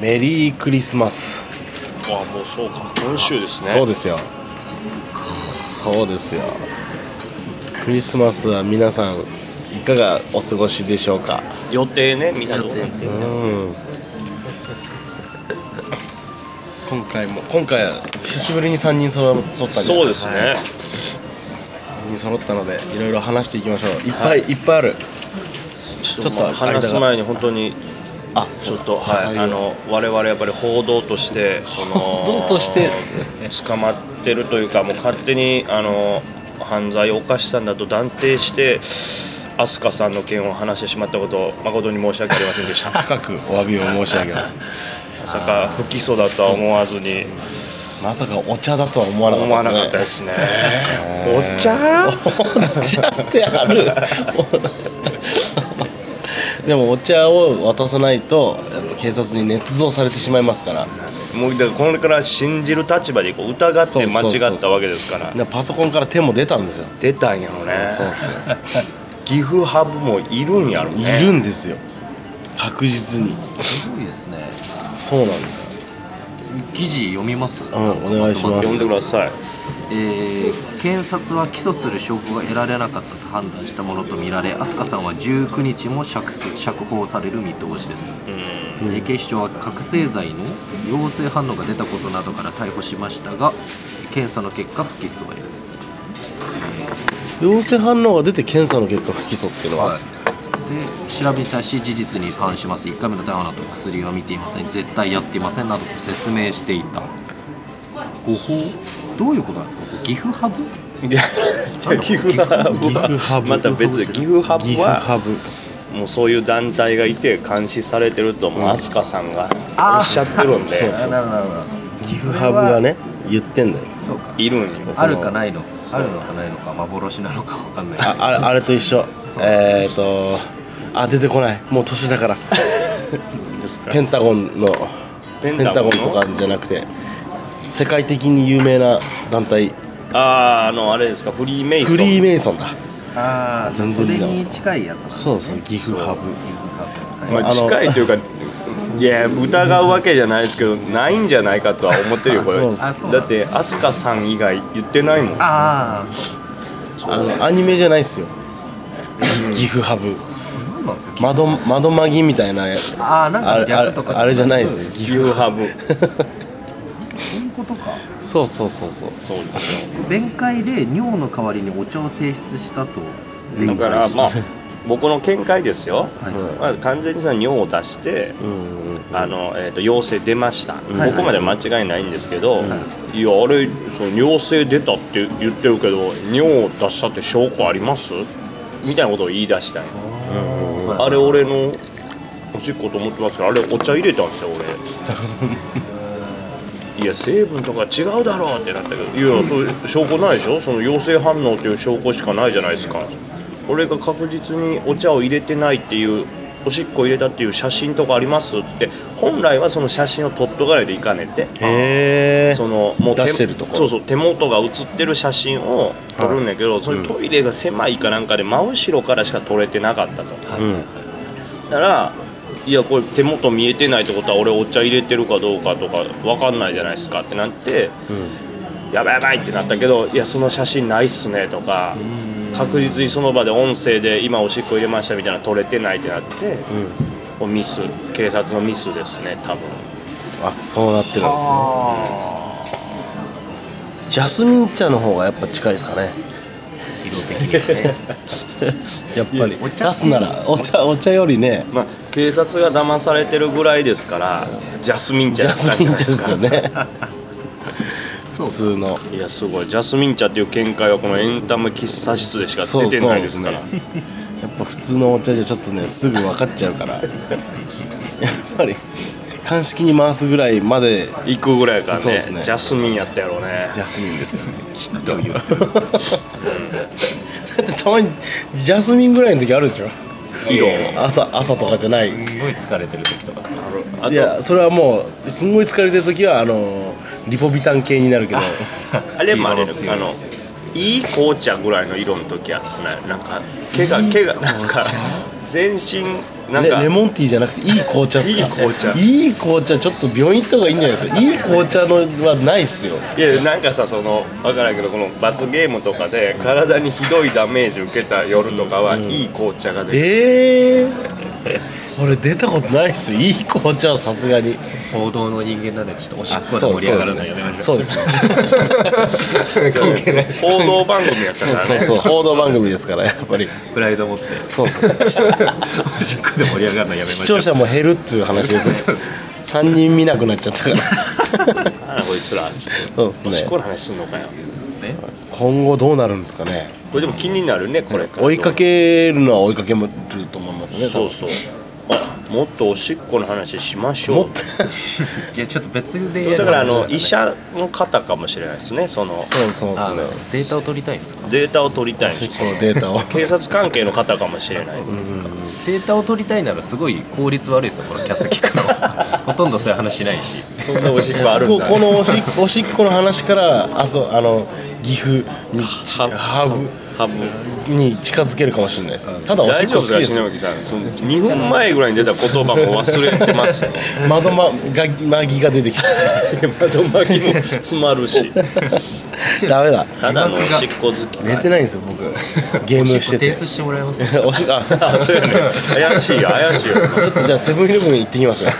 メリークリスマスあもうそうか今週ですねそうですよそうですよクリスマスは皆さんいかがお過ごしでしょうか予定ねみんなどうなっうてるん今回も今回は久しぶりに3人揃ったんですそうですね、に揃ったのでいろいろ話していきましょういっぱいいっぱいあるちちょょっっとと間が話す前に本当にあちょっとはいあの我々やっぱり報道としてその報道として捕まってるというかもう勝手にあの犯罪を犯したんだと断定して飛鳥さんの件を話してしまったこと誠に申し訳ありませんでし た深くお詫びを申し上げますまさか不起訴だとは思わずにまさかお茶だとは思わな思かわったなですねかったでえすねーお茶お茶ってあるでもお茶を渡さないとやっぱ警察に捏造されてしまいますからもうだからこれから信じる立場でこう疑っそてう間そうそうそう違ったわけですからでパソコンから手も出たんですよ出たんやろねそうですよ岐阜ハブもいるんやろねいるんですよ確実にすごいですねそうなんだ記事読みますうんお願いしま呼んすでくださいえー検察は起訴する証拠が得られなかったと判断したものとみられ飛鳥さんは19日も釈釈放される見通しです、うんうんえー警視庁は覚醒剤の陽性反応が出たことなどから逮捕しましたが検査の結果不起訴へ、陽性反応が出て検査の結果不起訴っていうのは、で調べに対し事実に関します1回目の逮捕など薬は見ていません絶対やっていませんなどと説明していた誤報どういうことなんですかこれ岐阜ハブいや岐阜ハブ岐阜ハはブまた別で岐阜ハブギフハはブもうそういう団体がいて監視されてるともう飛鳥さんがおっしゃってるんでそうそうなるほどなるほどギフハブがね言ってんだよそうかいるんよそあのるかないのあるのかないのか幻なのかわかんないああれあれと一緒えっ、ー、とあ出てこないもう年だからペンタゴンのペペンンタゴタンのゴンとかじゃなくて世界的に有名な団体あああのあれですかフリーメイソフンリーメイソンだあー全然違うそれに近いやつなんそうそうギフハブギフハブはいまあ、あの近いというかいや疑うわけじゃないですけどないんじゃないかとは思ってるよこれあそうですあそうだなんってで飛鳥さん以外言ってないもんああそうなんですかあのアニメじゃないっすよギフハブ何なんですかギフ窓窓まぎみたいなやああなんあかれあれ略とかあれじゃないですねねギギフハブフそういうことかそうそうそうそうそうですよ弁解で尿の代わりにお茶を提出したとだ弁解からしまあ僕の見解ですよ、はいうんまあ、完全にその尿を出して、うんうんうんあのえー、と陽性出ました、んここまで間違いないんですけど、、はいやあれその陽性出たって言ってるけど尿を出したって証拠ありますみたいなことを言い出したんようんうんうんはいあれ俺のおしっこと思ってますけどあれお茶入れたんですよ俺いや成分とか違うだろうってなったけどいやそういう証拠ないでしょその陽性反応という証拠しかないじゃないですか俺が確実にお茶を入れてないっていうおしっこ入れたっていう写真とかありますって本来はその写真を撮っとかないといかねって へえそのもう手出してるところそうそう手元が写ってる写真を撮るんだけど、はいそれうんトイレが狭いかなんかで真後ろからしか撮れてなかったと、うんだからいやこれ手元見えてないってことは俺お茶入れてるかどうかとか分かんないじゃないですかってなってやばいやばいってなったけどいやその写真ないっすねとか確実にその場で音声で今おしっこ入れましたみたいなの撮れてないってなってうんうんもうミス警察のミスですね多分あそうなってるんですねジャスミン茶の方がやっぱ近いですかね色的にはね やっぱりお茶出すならお茶お茶よりねまあ警察が騙されてるぐらいですからジャスミンジ茶ャやったんスミじゃンない茶ですよかね 普通のいやすごいジャスミン茶っていう見解はこのエンタメ喫茶室でしか出てないですからそうそうですねやっぱ普通のお茶じゃちょっとねすぐ分かっちゃうからやっぱり鑑識に回すぐらいまで行くぐらいやからそうねですねジャスミンやったやろうねジャスミンですよねきっとだってたまにジャスミンぐらいの時あるでしょ色朝朝とかじゃないすんごい疲れてる時とかあいとやそれはもうすんごい疲れてる時はあのリポビタン系になるけどあれもあれねあのいい紅茶ぐらいの色の時やったねなんか毛が毛がなんか全身なんレかレモンティーじゃなくていい紅茶っすかいい紅茶いい紅茶ちょっと病院行った方がいいんじゃないですかいい紅茶のはないっすよいやなんかさその分からんけどこの罰ゲームとかで体にひどいダメージ受けた夜とかは、うんいい紅茶が出るええ俺出たことないっすよいい紅茶はさすがに報道の人間なんでちょっとおしっあこそでう盛り上がらないよねそうですねそうですねそうですね報道番組やったからねそうそうそう報道番組ですからやっぱりプライド持ってそうそうおしっこで盛り上がらないやめましょう視聴者も減るっつう話ですそうねそうそう3人見なくなっちゃったからあらこいつらそうですおしっこねの話すんのかよね今後どうなるんですかねこれでも気になるねこれから追いかけるのは追いかけると思いますねそうそうあもっとおしっこの話しましょうもっといやちょっと別でやるだからあの医者の方かもしれないですねそのそうそうあそのうデータを取りたいんですかデータを取りたいおんでしっすこのデータを警察関係の方かもしれないうんデータを取りたいならすごい効率悪いですよこのキャス聞くのほとんどそういう話しないしそんなおしっこあるんだここのおしおしっこの話からあそうあの岐阜にハーハブブに近づけるかもしれないですただおし大っこ丈好きで夫だよす篠木さんその2分前ぐらいに出た言葉も忘れてますよ窓まがまぎが出てきた窓巻きも詰まるし ダメだただのおしっこ好き寝てないんですよ僕 ゲームして提て出してもらえ ますおしっこあそうあそうやね 怪しいよ怪しいよちょっとじゃあセブンイレブン行ってきますよ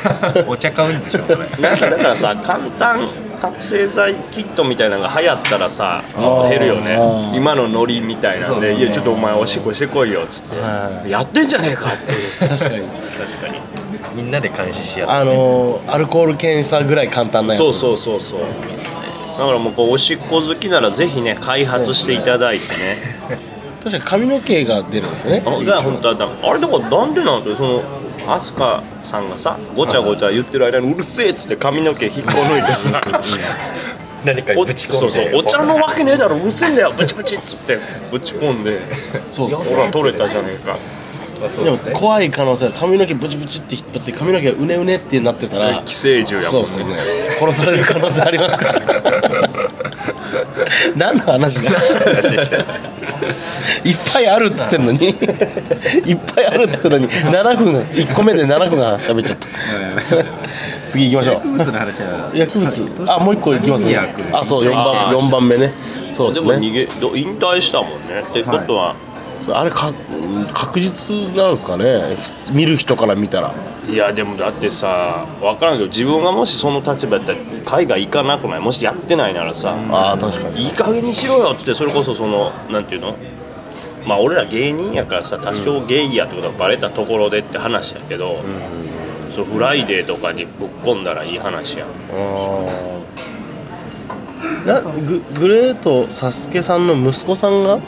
お茶買うんでしょこれなんかだからさ簡単覚醒剤キットみたいなのが流行ったらさあー減るよあねー今のノリみたいなんそうで「そういやちょっとお前おしっこしてこいよ」っつっては「いやってんじゃねえか」っていう確かに確かにみんなで監視し合ってあのアルコール検査ぐらい簡単なやつそうそうそうそうだからもうこうおしっこ好きならぜひね開発していただいてね確かに髪の毛が出るんですよねあが本当はだあれだからなんでなんだよその飛鳥さんがさごちゃごちゃ言ってる間にうるせえっつって髪の毛引っこ抜いてさ何かにおぶち込んでそうそうお茶のわけねえだろうるせえんだよブチブチっつってぶち込んでそうそうほら取れたじゃねえかまあそでうでもすね怖い可能性は髪の毛ブチブチって引っ張って髪の毛がうねうねってなってたら寄生獣やもんねそうそうね殺される可能性ありますから 何の話だいっぱいあるっつってんの にいっぱいあるっつってんのに7分1個目で7分が喋っちゃった次行きましょ薬う物の話は薬物あもう一個いきますね薬あそう4あ番ー四番目ねそうですもね逃げど引退したもんねってことは、そうあれかうん確実なんですかね見る人から見たらい、やでもだってさ分からんけど自分がもしその立場やったら海外行かなくないもしやってないならさ、ああ確かにいい加減にしろよってそれこそそのなんていうのまあ俺ら芸人やからさ多少ゲイやってことがバレたところでって話やけど、そうフライデーとかにぶっ込んだらいい話やあんーなググレートサスケさんの息子さんが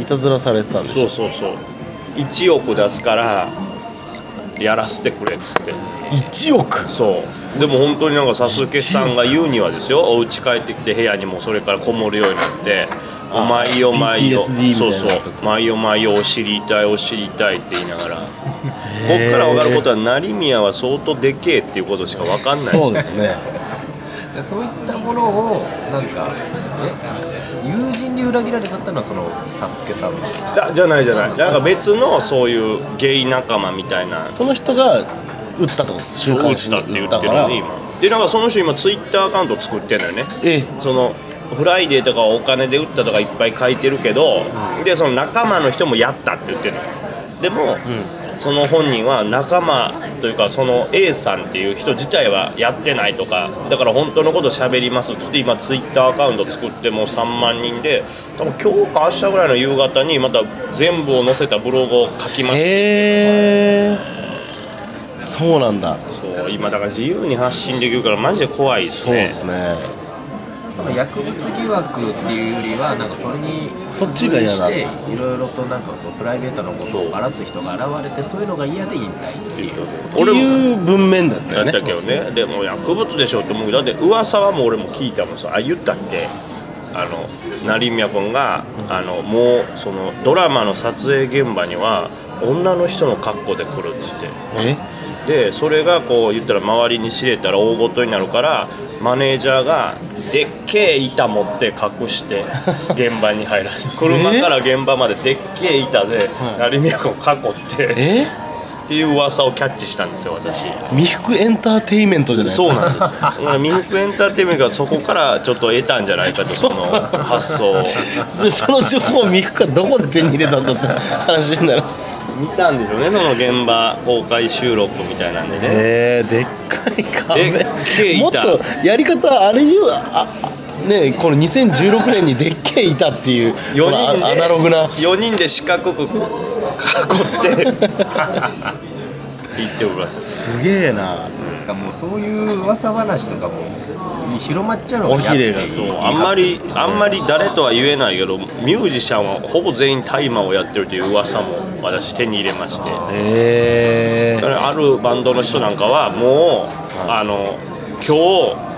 いたずらされてたんですそうよそうそう1億出すからやらせてくれっつって1億そうでも本当になんかサスケさんが言うにはですよお家帰ってきて部屋にもそれからこもるようになってあ毎夜毎夜 PTSD みたいそうなそう毎夜毎夜お尻痛いお尻痛いって言いながらへー僕から分かることは成宮は相当でけえっていうことしか分かんないしそうですねでそういったものをなんかえ友人に裏切られたってのはそのサスケさんのだじゃないじゃないなんか別のそういうゲイ仲間みたいなその人が撃ったってことです週打刊ち誌たにって言撃っってたるかのらに今でなんかその人今ツイッターアカウント作ってんのよねえそのフライデーとかお金で売ったとかいっぱい書いてるけど、でその仲間の人もやったって言ってるのよでも、その本人は仲間というかその A さんっていう人自体はやってないとかだから本当のこと喋りますっつって今ツイッターアカウント作ってもう3万人で多分今日か明日ぐらいの夕方にまた全部を載せたブログを書きますへえそうなんだそう今だから自由に発信できるからマジで怖いですそうねですねその薬物疑惑っていうよりはなんかそれにそっちが嫌だ付随していろいろとなんかそうプライベートのことをばらす人が現れてそういうのが嫌で引退っていうっていう文面だっただよっねたけどねでも薬物でしょって思うけどだって噂はもう俺も聞いたもんさあ言ったっけあの成宮君があのもうそのドラマの撮影現場には女の人の格好で来るっつってえでそれがこう言ったら周りに知れたら大ごとになるからマネージャーがでっけえ板持って隠して 現場に入らせて車から現場まででっけえ板ではい成宮君を囲ってえっていう噂をキャッチしたんですよ私未服エンターテインメントじゃないですかそうなんですよだ からミンクエンターテイメントがそこからちょっと得たんじゃないかとその発想をそその情報を未服がどこで手に入れたんだって話になるんです見たんでしょうねその現場公開収録みたいなんでねえー、でっかい壁でっけえ板もっとやり方あれいうああねこの2016年にでっけえ板っていう4その人であアナログな4人で四角 く囲って行っておりましたすげえななんかもうそういう噂話とかも広まっちゃうの尾ひれがやっぱそりうあんまりあんまり誰とは言えないけどミュージシャンはほぼ全員大麻をやってるという噂も私手に入れましてえだからあるバンドの人なんかはもうあの今日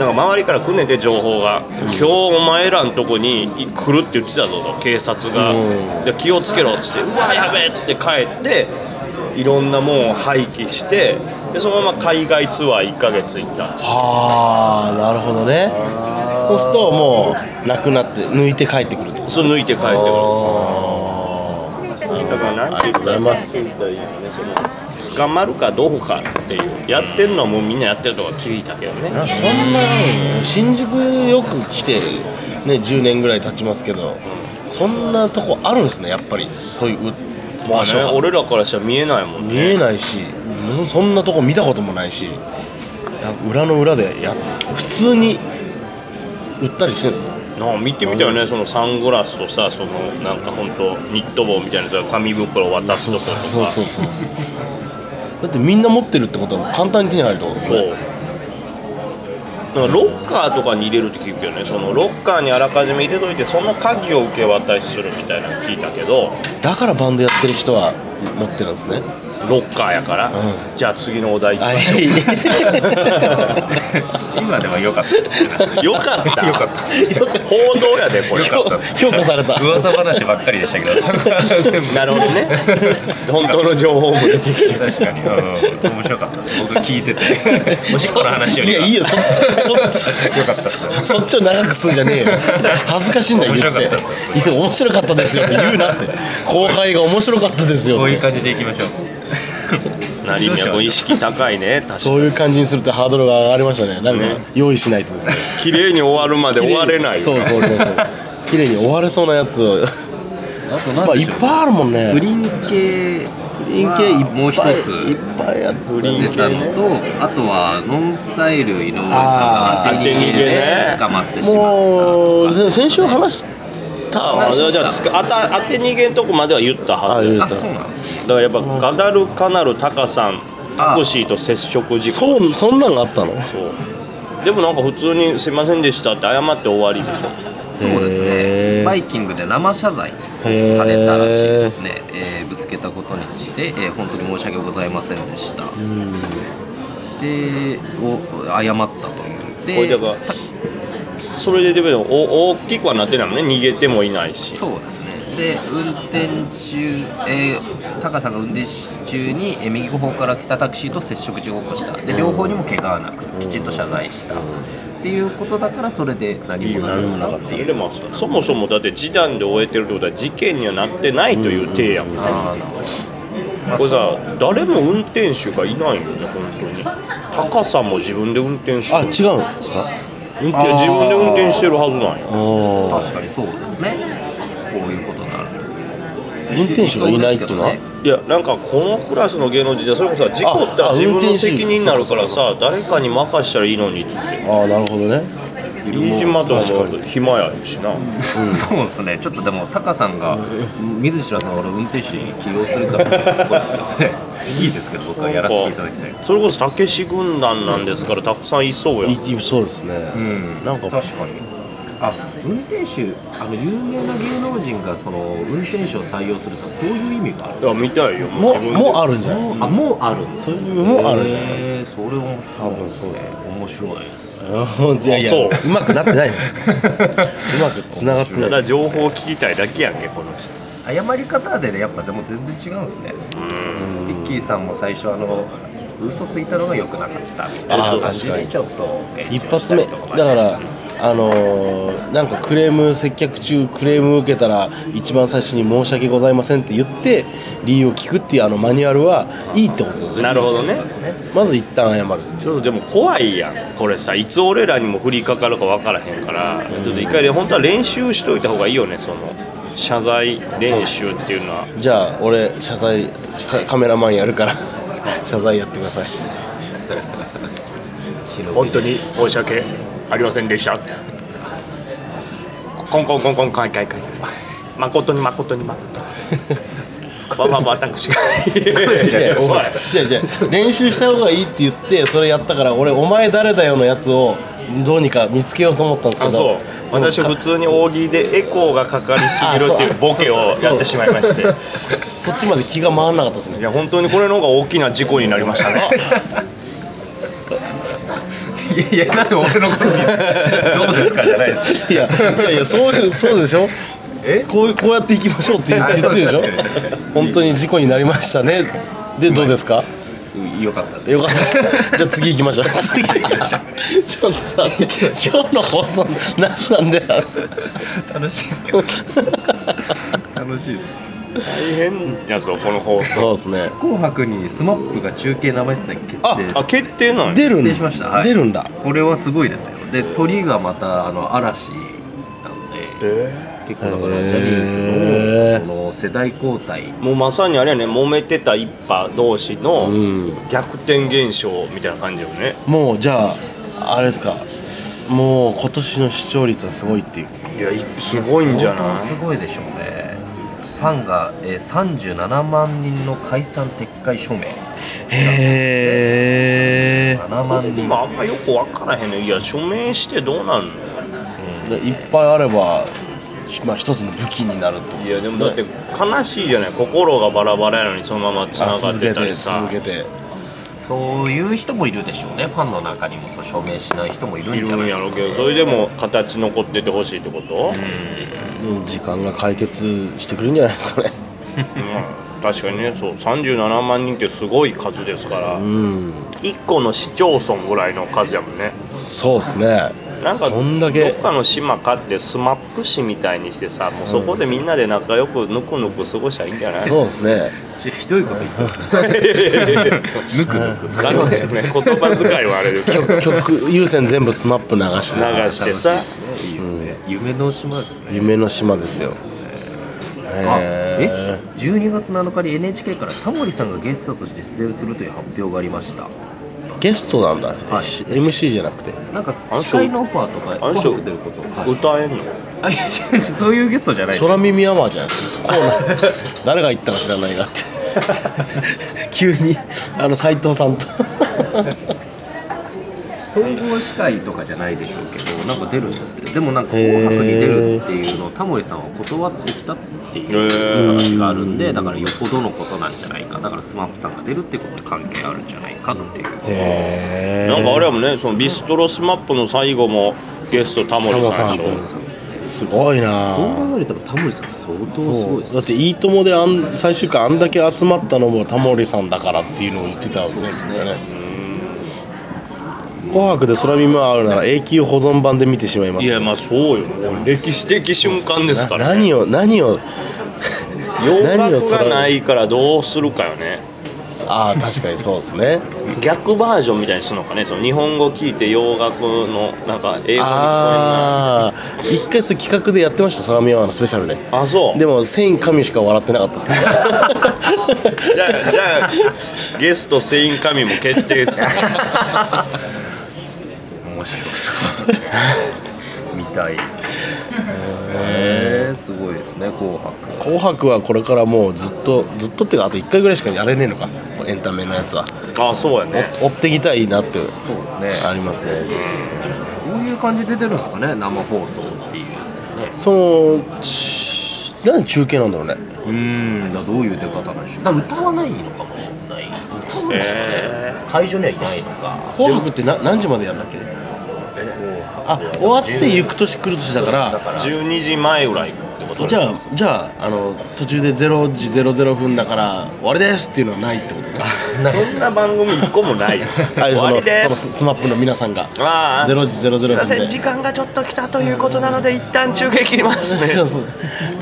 なんか周りから来んねんて情報が、今日お前らのとこに来るって言ってたぞと警察が、うんで気をつけろっつってうわやべえっつって帰っていろんなもんを廃棄してでそのまま海外ツアー1ヶ月行ったんですはあなるほどねそうするともうなくなって抜いて帰ってくるとそれ抜いて帰ってくるあーだからなんあてりいうがとうございますかねその捕まるかどうかっていうやってるのはもうみんなやってるとか聞いたけどねあそんな新宿よく来て、ね、10年ぐらい経ちますけどそんなとこあるんですねやっぱりそういうま場あ所ねが、俺らからしたら見えないもんね見えないしもうそんなとこ見たこともないしなんか裏の裏でや普通に売ったりしてるんですねなあ見てみたよね、そのサングラスとさそのなんか本当ニット帽みたいなやつが紙袋渡すとことかそうそうそうだってみんな持ってるってことは簡単に手に入るってことですそうねなんかロッカーとかに入れるって聞くけどねそのロッカーにあらかじめ入れといてその鍵を受け渡しするみたいなの聞いたけどだからバンドやってる人は持ってるんですねロッカーやから、うじゃあ次のお題行きはまいしょう 今では良かったですねよかったよかった報道やでこれよかったっす評価された 噂話ばっかりでしたけどなるほどね本当の情報も出てきて確かに、うん、面白かったです僕聞いてておしっこの話よりいやいいよそそっちよかったっすそそっちを長くすんじゃねえよ恥ずかしいんだよ言って面白かいや面白かったっすったですよって言うなって後輩が面白かったですこよっういてう感じでいきましょう成宮君意識高いね確かにそういう感じにするとハードルが上がりましたねなんねか用意しないとですね綺麗に終わるまで終われないそうそうそう そう綺麗に終われそうなやつをあとまあいっぱいあるもんね不倫系不倫系いっぱいもう一ついっぱいあった不倫出たのと、あとはノンスタイル井上さんが当て逃げで捕まってしまったもうせ先週話したあわじゃあじゃあつかあた当て逃げんとこまでは言ったはあず言うだたあんですそうなかんですねからやっぱガダルカナルタカさんタクシーと接触事故そうそうそんなんがあったのでもなんか普通に「すいませんでした」って謝って終わりでしょそうですへねーバイキングで生謝罪へーされたらしいですね、えーぶつけたことについて、えー本当に申し訳ございませんでしたうんでを謝ったというでこれだからそれででもお大きくはなってないもんね逃げてもいないしそうですねで運転中、えー、タカさんが運転中に、えー右方から来たタクシーと接触事故を起こしたで両方にも怪我はなくきちんと謝罪したっていうことだからそれで何もな何もなかかっったたっていうでもそもそもだって示談で終えてるってことは事件にはなってないという体やもんねああなるほどこれさ誰も運転手がいないよね本当にタカさんも自分で運転してある違うんですか運転自分で運転してるはずなんよお確ーかにそうですねこういうことになる運転手がいないっていうのはいやなんかこのクラスの芸能人でそれこそさ事故ったあらあ自分運の転手責任になるからさ誰かに任したらいいのにってああなるほどね飯島とかも暇やしな そうですねちょっとでもタカさんが水知らずの俺運転手に起用するかっていうところですけど ねいいですけど僕はやらせていただきたいですそれこそたけし軍団なんですからたくさんいそうやんいいそうですね、うんなんか確かにあ運転手あの有名な芸能人がその運転手を採用するとそういう意味があるんいでや見たいよも自分でもうあるんじゃないすかあもうあるんですそういうのもあるんじゃないへーそれ面白いですね多面白いですいねやいやそう うまくなってないのうまくつながってたないだ情報を聞きたいだけやんけこの人謝り方でねやっぱでも全然違うんですねうんピッキーさんも最初あの嘘ついたのが良くなかったみたいあなー感じ確かでにちょっと一発目だからあのーなんかクレーム接客中クレーム受けたら一番最初に「申し訳ございません」って言って理由を聞くっていうあのマニュアルはいいってことだねなるほどねまず一旦謝るちょっとでも怖いやんこれさいつ俺らにも降りかかるか分からへんからちょっと一回ね本当は練習しといた方がいいよねその謝罪練習っていうのはじゃあ俺謝罪カカメラマンやるから 謝罪やってください本当に申し訳ありませんでしたコンコンコンコンカイカイカイ誠に誠に 誠にまあまあ私がいやいやお前おい違う違う練習した方がいいって言ってそれやったから俺「お前誰だよ」のやつをどうにか見つけようと思ったんですけあどそう私普通に扇でエコーがかかりすぎるっていうボケをやってしまいましてそっちまで気が回らなかったです いねや本当にこれの方が大きな事故になりましたねいやいやなんで俺のこと にどうですかじゃないですいやいやいやそういうそうでしょえこうこうやっていきましょうって言ってあ言ってるでしょそうです確かに確か本当に事故になりましたねでどうですかよかったですよかったですじゃあ次行きましょう次行きましょうちょっとさ今日の放送何なんだよ楽しいですけどあれ楽しいです大変やぞこの放送そうですね紅白にスマップが中継生出演決定あ あ決定なんや出るん決だ定しました、はい出るんだこれはすごいですよで鳥がまたあの嵐なのでえ結構だからへージャニーズのその世代交代ーもうまさにあれやね揉めてた一派同士のうん逆転現象みたいな感じよねもうじゃああれですかもう今年の視聴率はすごいっていうこといやいすごいんじゃない相当すごいでしょうねファンが、えー、37万人の解散撤回署名へえ7こ万れで人もあんまよく分からへんねいや署名してどうなんのいっぱいあれば、まあ、一つの武器になるってこといやでもだって悲しいじゃない心がバラバラやのにそのままつなあがっ続てけたてりさ続けてそういう人もいるでしょうねファンの中にもそう署名しない人もいるいんじゃるんないでやすかろうけどそれでも形残っててほしいってこと、うん時間が解決してくれるんじゃないですかねうん確かにねそう37万人ってすごい数ですから、うん1個の市町村ぐらいの数やもんねそうですねなんかそんだどけっかの島買ってスマップ市みたいにしてさもうそこでみんなで仲良くぬくぬく過ごしゃいいんじゃない、そうですねちひどいこと言って ぬくぬくだろうね言葉遣いはあれですよ曲曲優先全部スマップ流してです流してさ楽しいですねいいですね、夢の島ですね夢の島ですよあへえ12月7日に NHK からタモリさんがゲストとして出演するという発表がありましたーゲストなんだ、いし MC じゃなくてなんかあの人司会のオファーとかあの人紅白出ることはい歌えんのあいや違う違うそういうゲストじゃないです空耳アワー じゃないですかコーナー誰が言ったか知らないがって急にあの斎藤さ んと総合司会とかじゃないでしょうけどなんか出るんですってでもなんか「紅白」に出るっていうのをタモリさんは断ってきたっていう話があるんでだからよほどのことなんじゃないかだから SMAP さんが出るってことに関係あるんじゃないかっていうへえなんかあれやもんねそのビストロスマップの最後もゲストタモリさんでしタモょリさすごいなそうぁ考えるとタモリさん相当すごいでそうすだって「いいとも!」であん最終回あんだけ集まったのもタモリさんだからっていうのを言ってたわけねみんなね「紅白」で空耳はあるなら永久保存版で見てしまいまいすやまあそうよもう歴史的瞬間ですから、な何を何を洋何を楽が空な耳いからどうするかよねああ確かにそうです ね逆バージョンみたいにするのかねその日本語聞いて洋楽のなんか英語に聞こえるなああ一回そう企画でやってました空耳アワーのスペシャルであそうでも千神しか笑ってなかったですけどじゃあじゃあゲスト全員神も決 定です面白そうみたいですへえすごいですね「紅白」紅白はこれからもうずっとずっとっていうかあと1回ぐらいしかやれねえのかエンタメのやつはあそうやね追っていきたいなってそうですねありますねこういう感じで出るんですかね生放送っていうそのちなんで中継なんだろうねうんだからどういう出方なんでしょうだから歌わないのかもしれない歌わない、え会場にはいないのか紅白ってな何時までやるんだっけあ終わって行く年来る年だから12時前ぐらいってことじゃあじゃああの途中で0時00分だから終わりですっていうのはないってこと かそんな番組一個もないよ あ終わりでそのすスマップの皆さんがあ0時00分ですいません時間がちょっと来たということなので一旦中継切りますね そうそうそう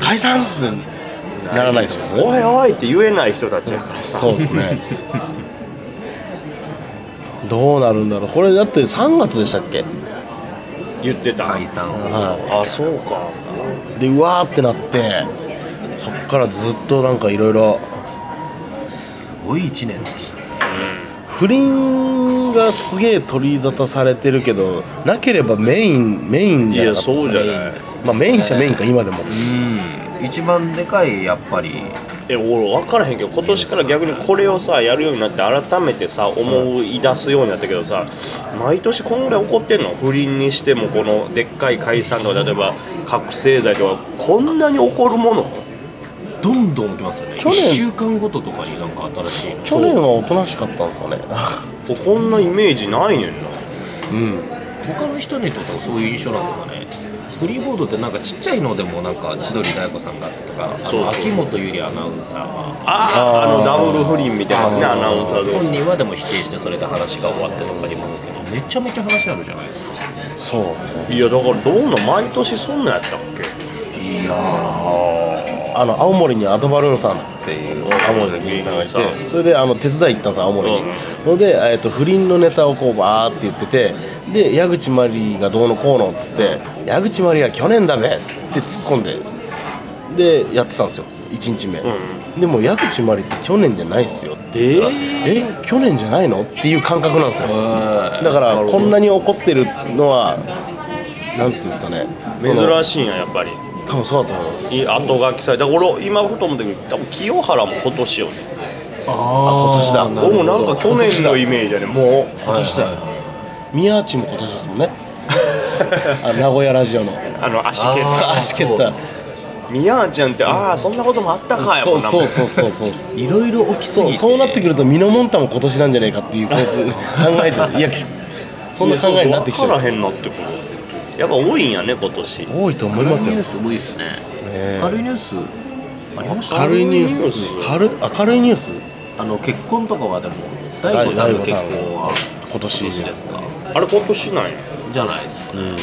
解散ってならないってことですおいねおいって言えない人たちやからさそうですねどうなるんだろうこれだって3月でしたっけ、言ってた解散はあそうかい、でうわーってなってそっからずっとなんかいろいろすごい1年でした不倫がすげえ取り沙汰されてるけどなければメインメインいじゃなやかったそうじゃないまあメインじゃメインか今でもうん一番でかいやっぱりえ俺分からへんけど今年から逆にこれをさやるようになって改めてさ思い出すようになったけどさ毎年こんぐらい起こってんの不倫にしてもこのでっかい解散とか例えば覚醒剤とかこんなに起こるものどんどん来ますよね去年1週間ごととかになんか新しいの去年はおとなしかったんですかね こんなイメージないねんなうん他の人にとってもそういう印象なんですかねフリーボードってなんかちっちゃいのでもなんか千鳥大悟さんがとかあのそうそうそう秋元ゆりアナウンサーがああああーのダブル不倫みたいなねあアーナウンサー本で人はでも否定してそれで話が終わってとかありますけどめちゃめちゃ話あるじゃないですかそういやだからどうなん毎年そんなんやったっけいやーあの青森にアドバルーンさんっていう青森の議員さんがいてそれであの手伝い行ったんです青森にうんので、えっと不倫のネタをこうバーって言っててで矢口真理がどうのこうのっつって矢口真理は去年だべって突っ込んででやってたんですよ1日目、うでも矢口真理って去年じゃないっすよって言ったらえ去年じゃないのっていう感覚なんですよだからこんなに怒ってるのはなんていうんですかねその珍しいんややっぱり多分そうだと思いますい後書きされだから俺今ふと思ったけど多分清原も今年よねあ今あ年だ俺もなんか去年のイメージやねもう 今年だよ、宮内も今年ですもんねあ名古屋ラジオの あの足蹴あさ足蹴ったミヤーちゃんってああそんなこともあったかやそもうんなそうそうそうそうそういろいろ起きすぎそうてそうなってくるとミノモンタも今年なんじゃないかっていうこう考えちゃういやきそんな考えになってきちゃ分からへうんなってことやっぱ多いんやね今年多いと思いますよ、ニュねース多いですねえ軽いニュースありました軽いニュース軽いあ軽いニュースあの結婚とかはでも大悟さんの結婚は今年今年ですかあれ今年なんやじゃないですかうん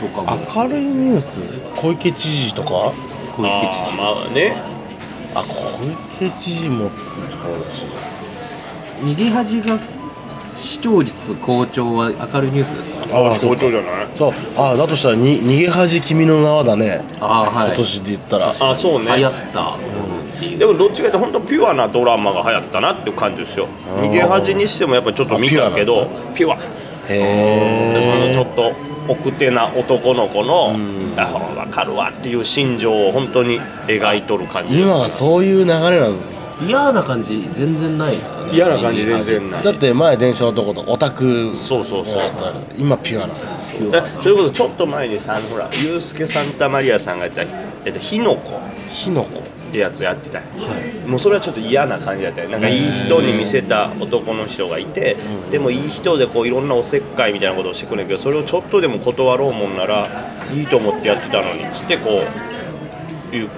とかも明るいニュース小池知事とか小池知ああまあねあ小池知事もそうだし事逃げ恥が視聴率好調は明るいニュースですかあ好調じゃないそうあだとしたらに逃げ恥君の名はだねああはい今年で言ったら、あそうね流行ったっていうでもどっちかって本当ピュアなドラマが流行ったなっていう感じですよあー逃げ恥にしてもやっぱちょっと見たけどあピュアへえちょっと奥手な男の子のうんあ分かるわっていう心情を本当に描いとる感じです今はそういう流れなの嫌な感じ全然ないですかね嫌な感じ全然ないだって前電車男とオタクそうそうそう今ピュアなえそれこそちょっと前にさほらユースケ・サンタマリアさんがやってた「えっと、火の粉」火の粉ってやつやってたよもうそれはちょっと嫌な感じだったよなんかいい人に見せた男の人がいてうんでもいい人でこういろんなおせっかいみたいなことをしてくるんだけどそれをちょっとでも断ろうもんならいいと思ってやってたのにっつってこういう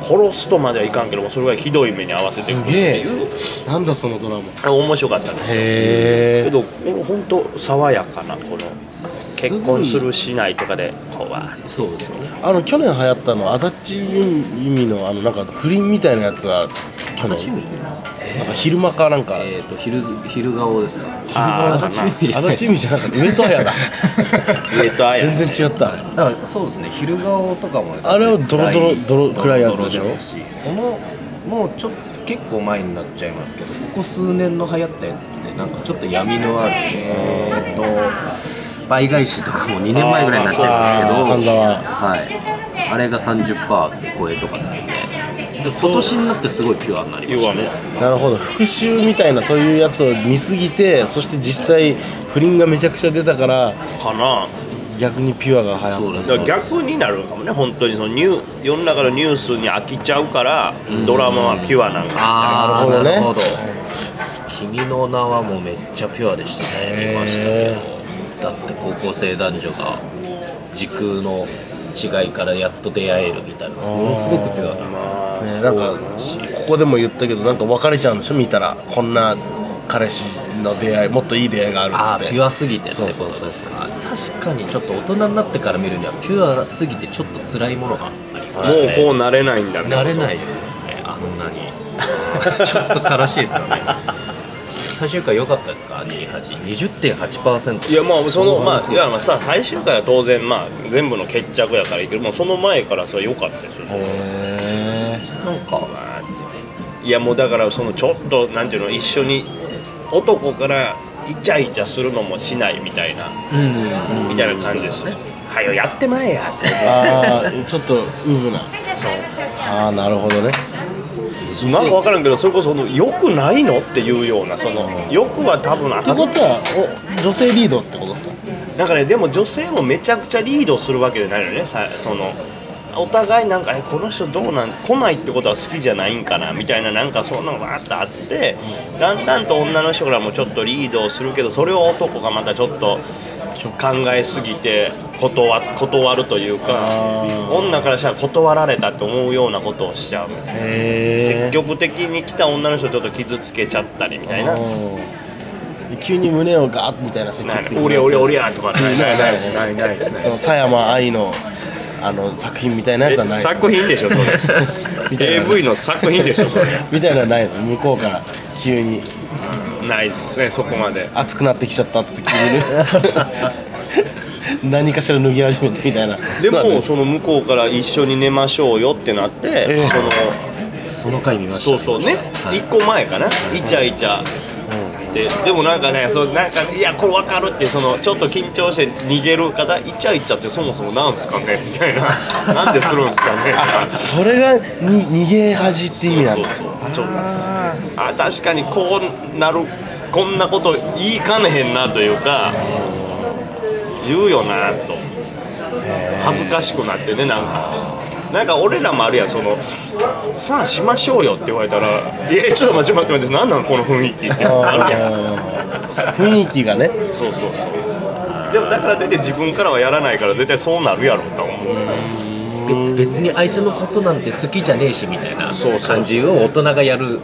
殺すとまではいかんけどもそれがひどい目に合わせてすくるっげてえいうなんだそのドラマあ面白かったですよへけえどこの本当爽やかなこの結婚するしないとかでこうわーってそうですよねあの去年流行ったの足立由美のあのなんか不倫みたいなやつは去楽しみ年なんか昼間かなんか、えっと昼昼顔ですねあー昼顔足立由美じゃなかった上戸彩だ上戸彩全然違っただからそうですね昼顔とかもあれはドロドロドロ暗いやつでしょドロドロすしそのもうちょっと結構前になっちゃいますけどここ数年の流行ったやつってなんかちょっと闇のあるえーっと倍返しとかも2年前ぐらいになっちゃいますけあどー神田はいあれが30%超えとかつって今年になってすごいピュアになりましたねなるほど復讐みたいなそういうやつを見すぎてそして実際不倫がめちゃくちゃ出たからかな逆にピュアが流行っそうだだから逆になるかもね本当にそのニュー世の中のニュースに飽きちゃうからドラマはピュアなんかーああななるるほほどどね君の名はもうめっちゃピュアでしたね見ましたけへどだっ高校生男女が時空の違いからやっと出会えるみたいなものすごくピュアなまあ、ね、なんかここでも言ったけどなんか別れちゃうんでしょ見たらこんな彼氏の出会いもっといい出会いがあるっつあっあてーピュアすぎてってことですそうかそうそう確かにちょっと大人になってから見るにはピュアすぎてちょっと辛いものがありますねもうこうなれないんだみたないれなないですよねあんなにちょっと悲しいですよね最終回良かったですか2820.8%いやまあそのまあいやまあさ最終回は当然まあ全部の決着やからいいけどもうその前からそれ良かったですよへなんかいやもうだからそのちょっとなんていうの一緒に男からイチャイチャするのもしないみたいなうんうんうんみたいな感じですねはよやってまえやってえああちょっとウブなそうああなるほどねなんか分からんけどそれこそその良くないのっていうようなその良くは多分あってことはお女性リードってことですかだからねでも女性もめちゃくちゃリードするわけじゃないのよねさそのお互いなんかえこの人どうなん来ないってことは好きじゃないんかなみたいななんかそんなのがわーっとあってだんだんと女の人からもちょっとリードをするけどそれを男がまたちょっと考えすぎて断断るというかあー女からしたら断られたって思うようなことをしちゃうみたいなへえ積極的に来た女の人をちょっと傷つけちゃったりみたいな急に胸をガーッみたいな積極「的おりゃおりゃおりゃ」とかないないないですないないですないその佐山愛のあの作品みたいなやつはないえ作品でしょそれ みたいな AV の作品でしょそれみたいなのはないです向こうから急に ないですねそこまで熱くなってきちゃったっつって急にね 何かしら脱ぎ始めてみたいなでまあねもその向こうから一緒に寝ましょうよってなって、ええそのその回見ましたそうそうね、はい一1個前かなイチャイチャででもなんかねそうなんかいやこれ分かるってそのちょっと緊張して逃げる方イチャイチャってそもそもなんすかねみたいな なんでするんすかねあそれがに逃げ恥って意味なんだそうそうそうちょっとあ確かにこうなるこんなこと言いかねへんなというか言うよなと恥ずかしくなってねなんかなんか俺らもあるやんその「さあしましょうよ」って言われたら「いやちょっと待って待って待って何なんこの雰囲気」ってあるやんあー雰囲気がねそうそうそうでもだからといって自分からはやらないから絶対そうなるやろとは思うべ別にあいつのことなんて好きじゃねえしみたいなそうそう感じを大人がやる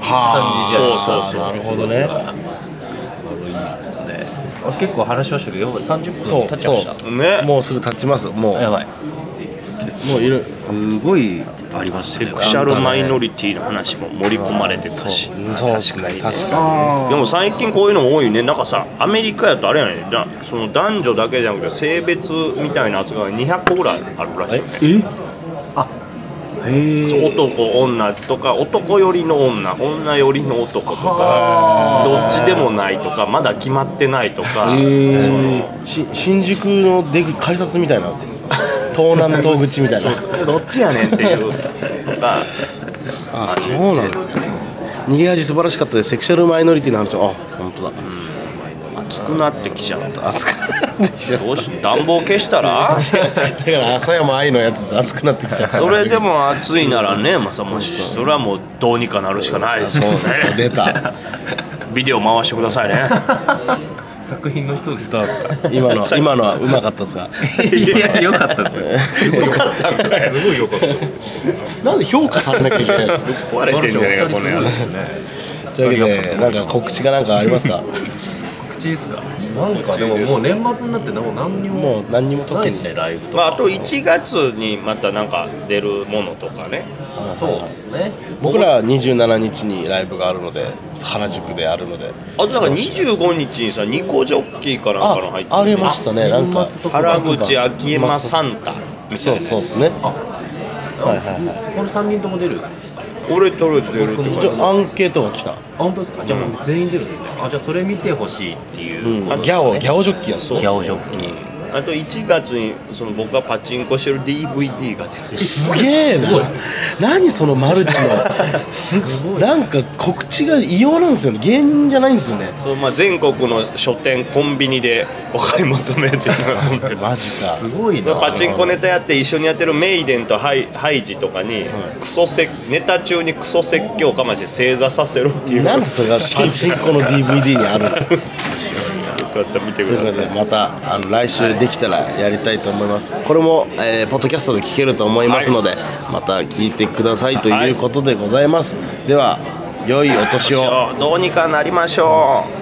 はあ感じじゃないそうそうそうなるほどねあいいですねあ結構話しましたけどやばい30分経っちゃいましたそねもうすぐ立ちますもうやばいもういるすごいありましたねクシャルマイノリティの話も盛り込まれてたしそうですね確かにねでも最近こういうのも多いねなんかさアメリカやとあれやねだその男女だけじゃなくて性別みたいな扱いが200個ぐらいあるらしいえねあそうへえ男女とか男寄りの女女寄りの男とはかあどっちでもないとかまだ決まってないとかそえのー、し新宿の出口改札みたいな東南東口みたいなそうそうどっちやねんっていうとかあそうなんですね逃げ味素晴らしかったですセクシャルマイノリティの話あ本当だ熱くなってきちゃった熱くなってきちゃったどうし暖房消したらだから朝山愛のやつ熱くなってきちゃったそれでも暑いならね、まあ、さもうそれはもうどうにかなるしかないですそうよねね出たビデオ回してくださいね作品の人ですか今の今のはうまかったですがいや良かったですよよかったんかいすごい良かったですなんで評価されなきゃいけないの壊れてんじゃねえかこの野郎というわけでなんか告知かなんかありますか口ですかなんかでももう年末になってもう何にももう何にも特ないでにすねライブとか、まあ、あと1月にまたなんか出るものとかねそうですね僕らは27日にライブがあるので原宿であるのであとなんか25日にさニコジョッキーかなんかの入ってあありましたねなんか年末とか原口あきえまサンタそうそうですねあはいはいはこの3人とも出る俺とりあえず出るって一応アンケートが来た、あ本当ですかじゃあもう全員出るんですねあじゃあそれ見てほしいっていうう、ん、あギャオギャオジョッキーやギャオジョッキーあと1月にその僕がパチンコしてる DVD が出るすげえな何そのマルチのすなんか告知が異様なんですよね芸人じゃないんですよねそう、まあ、全国の書店コンビニでお買い求めっていうのがその マジかすごいそなのパチンコネタやって一緒にやってるメイデンとハイハイジとかにクソせネタ中にクソ説教かまして正座させるっていうなんでそれがパチンコの DVD にあるのかったら見てといくうこだとさでいまたあの来週できたらやりたいと思います、これも、えーポッドキャストで聞けると思いますので、また聞いてくださいということでございます、では良いお年をどうにかなりましょう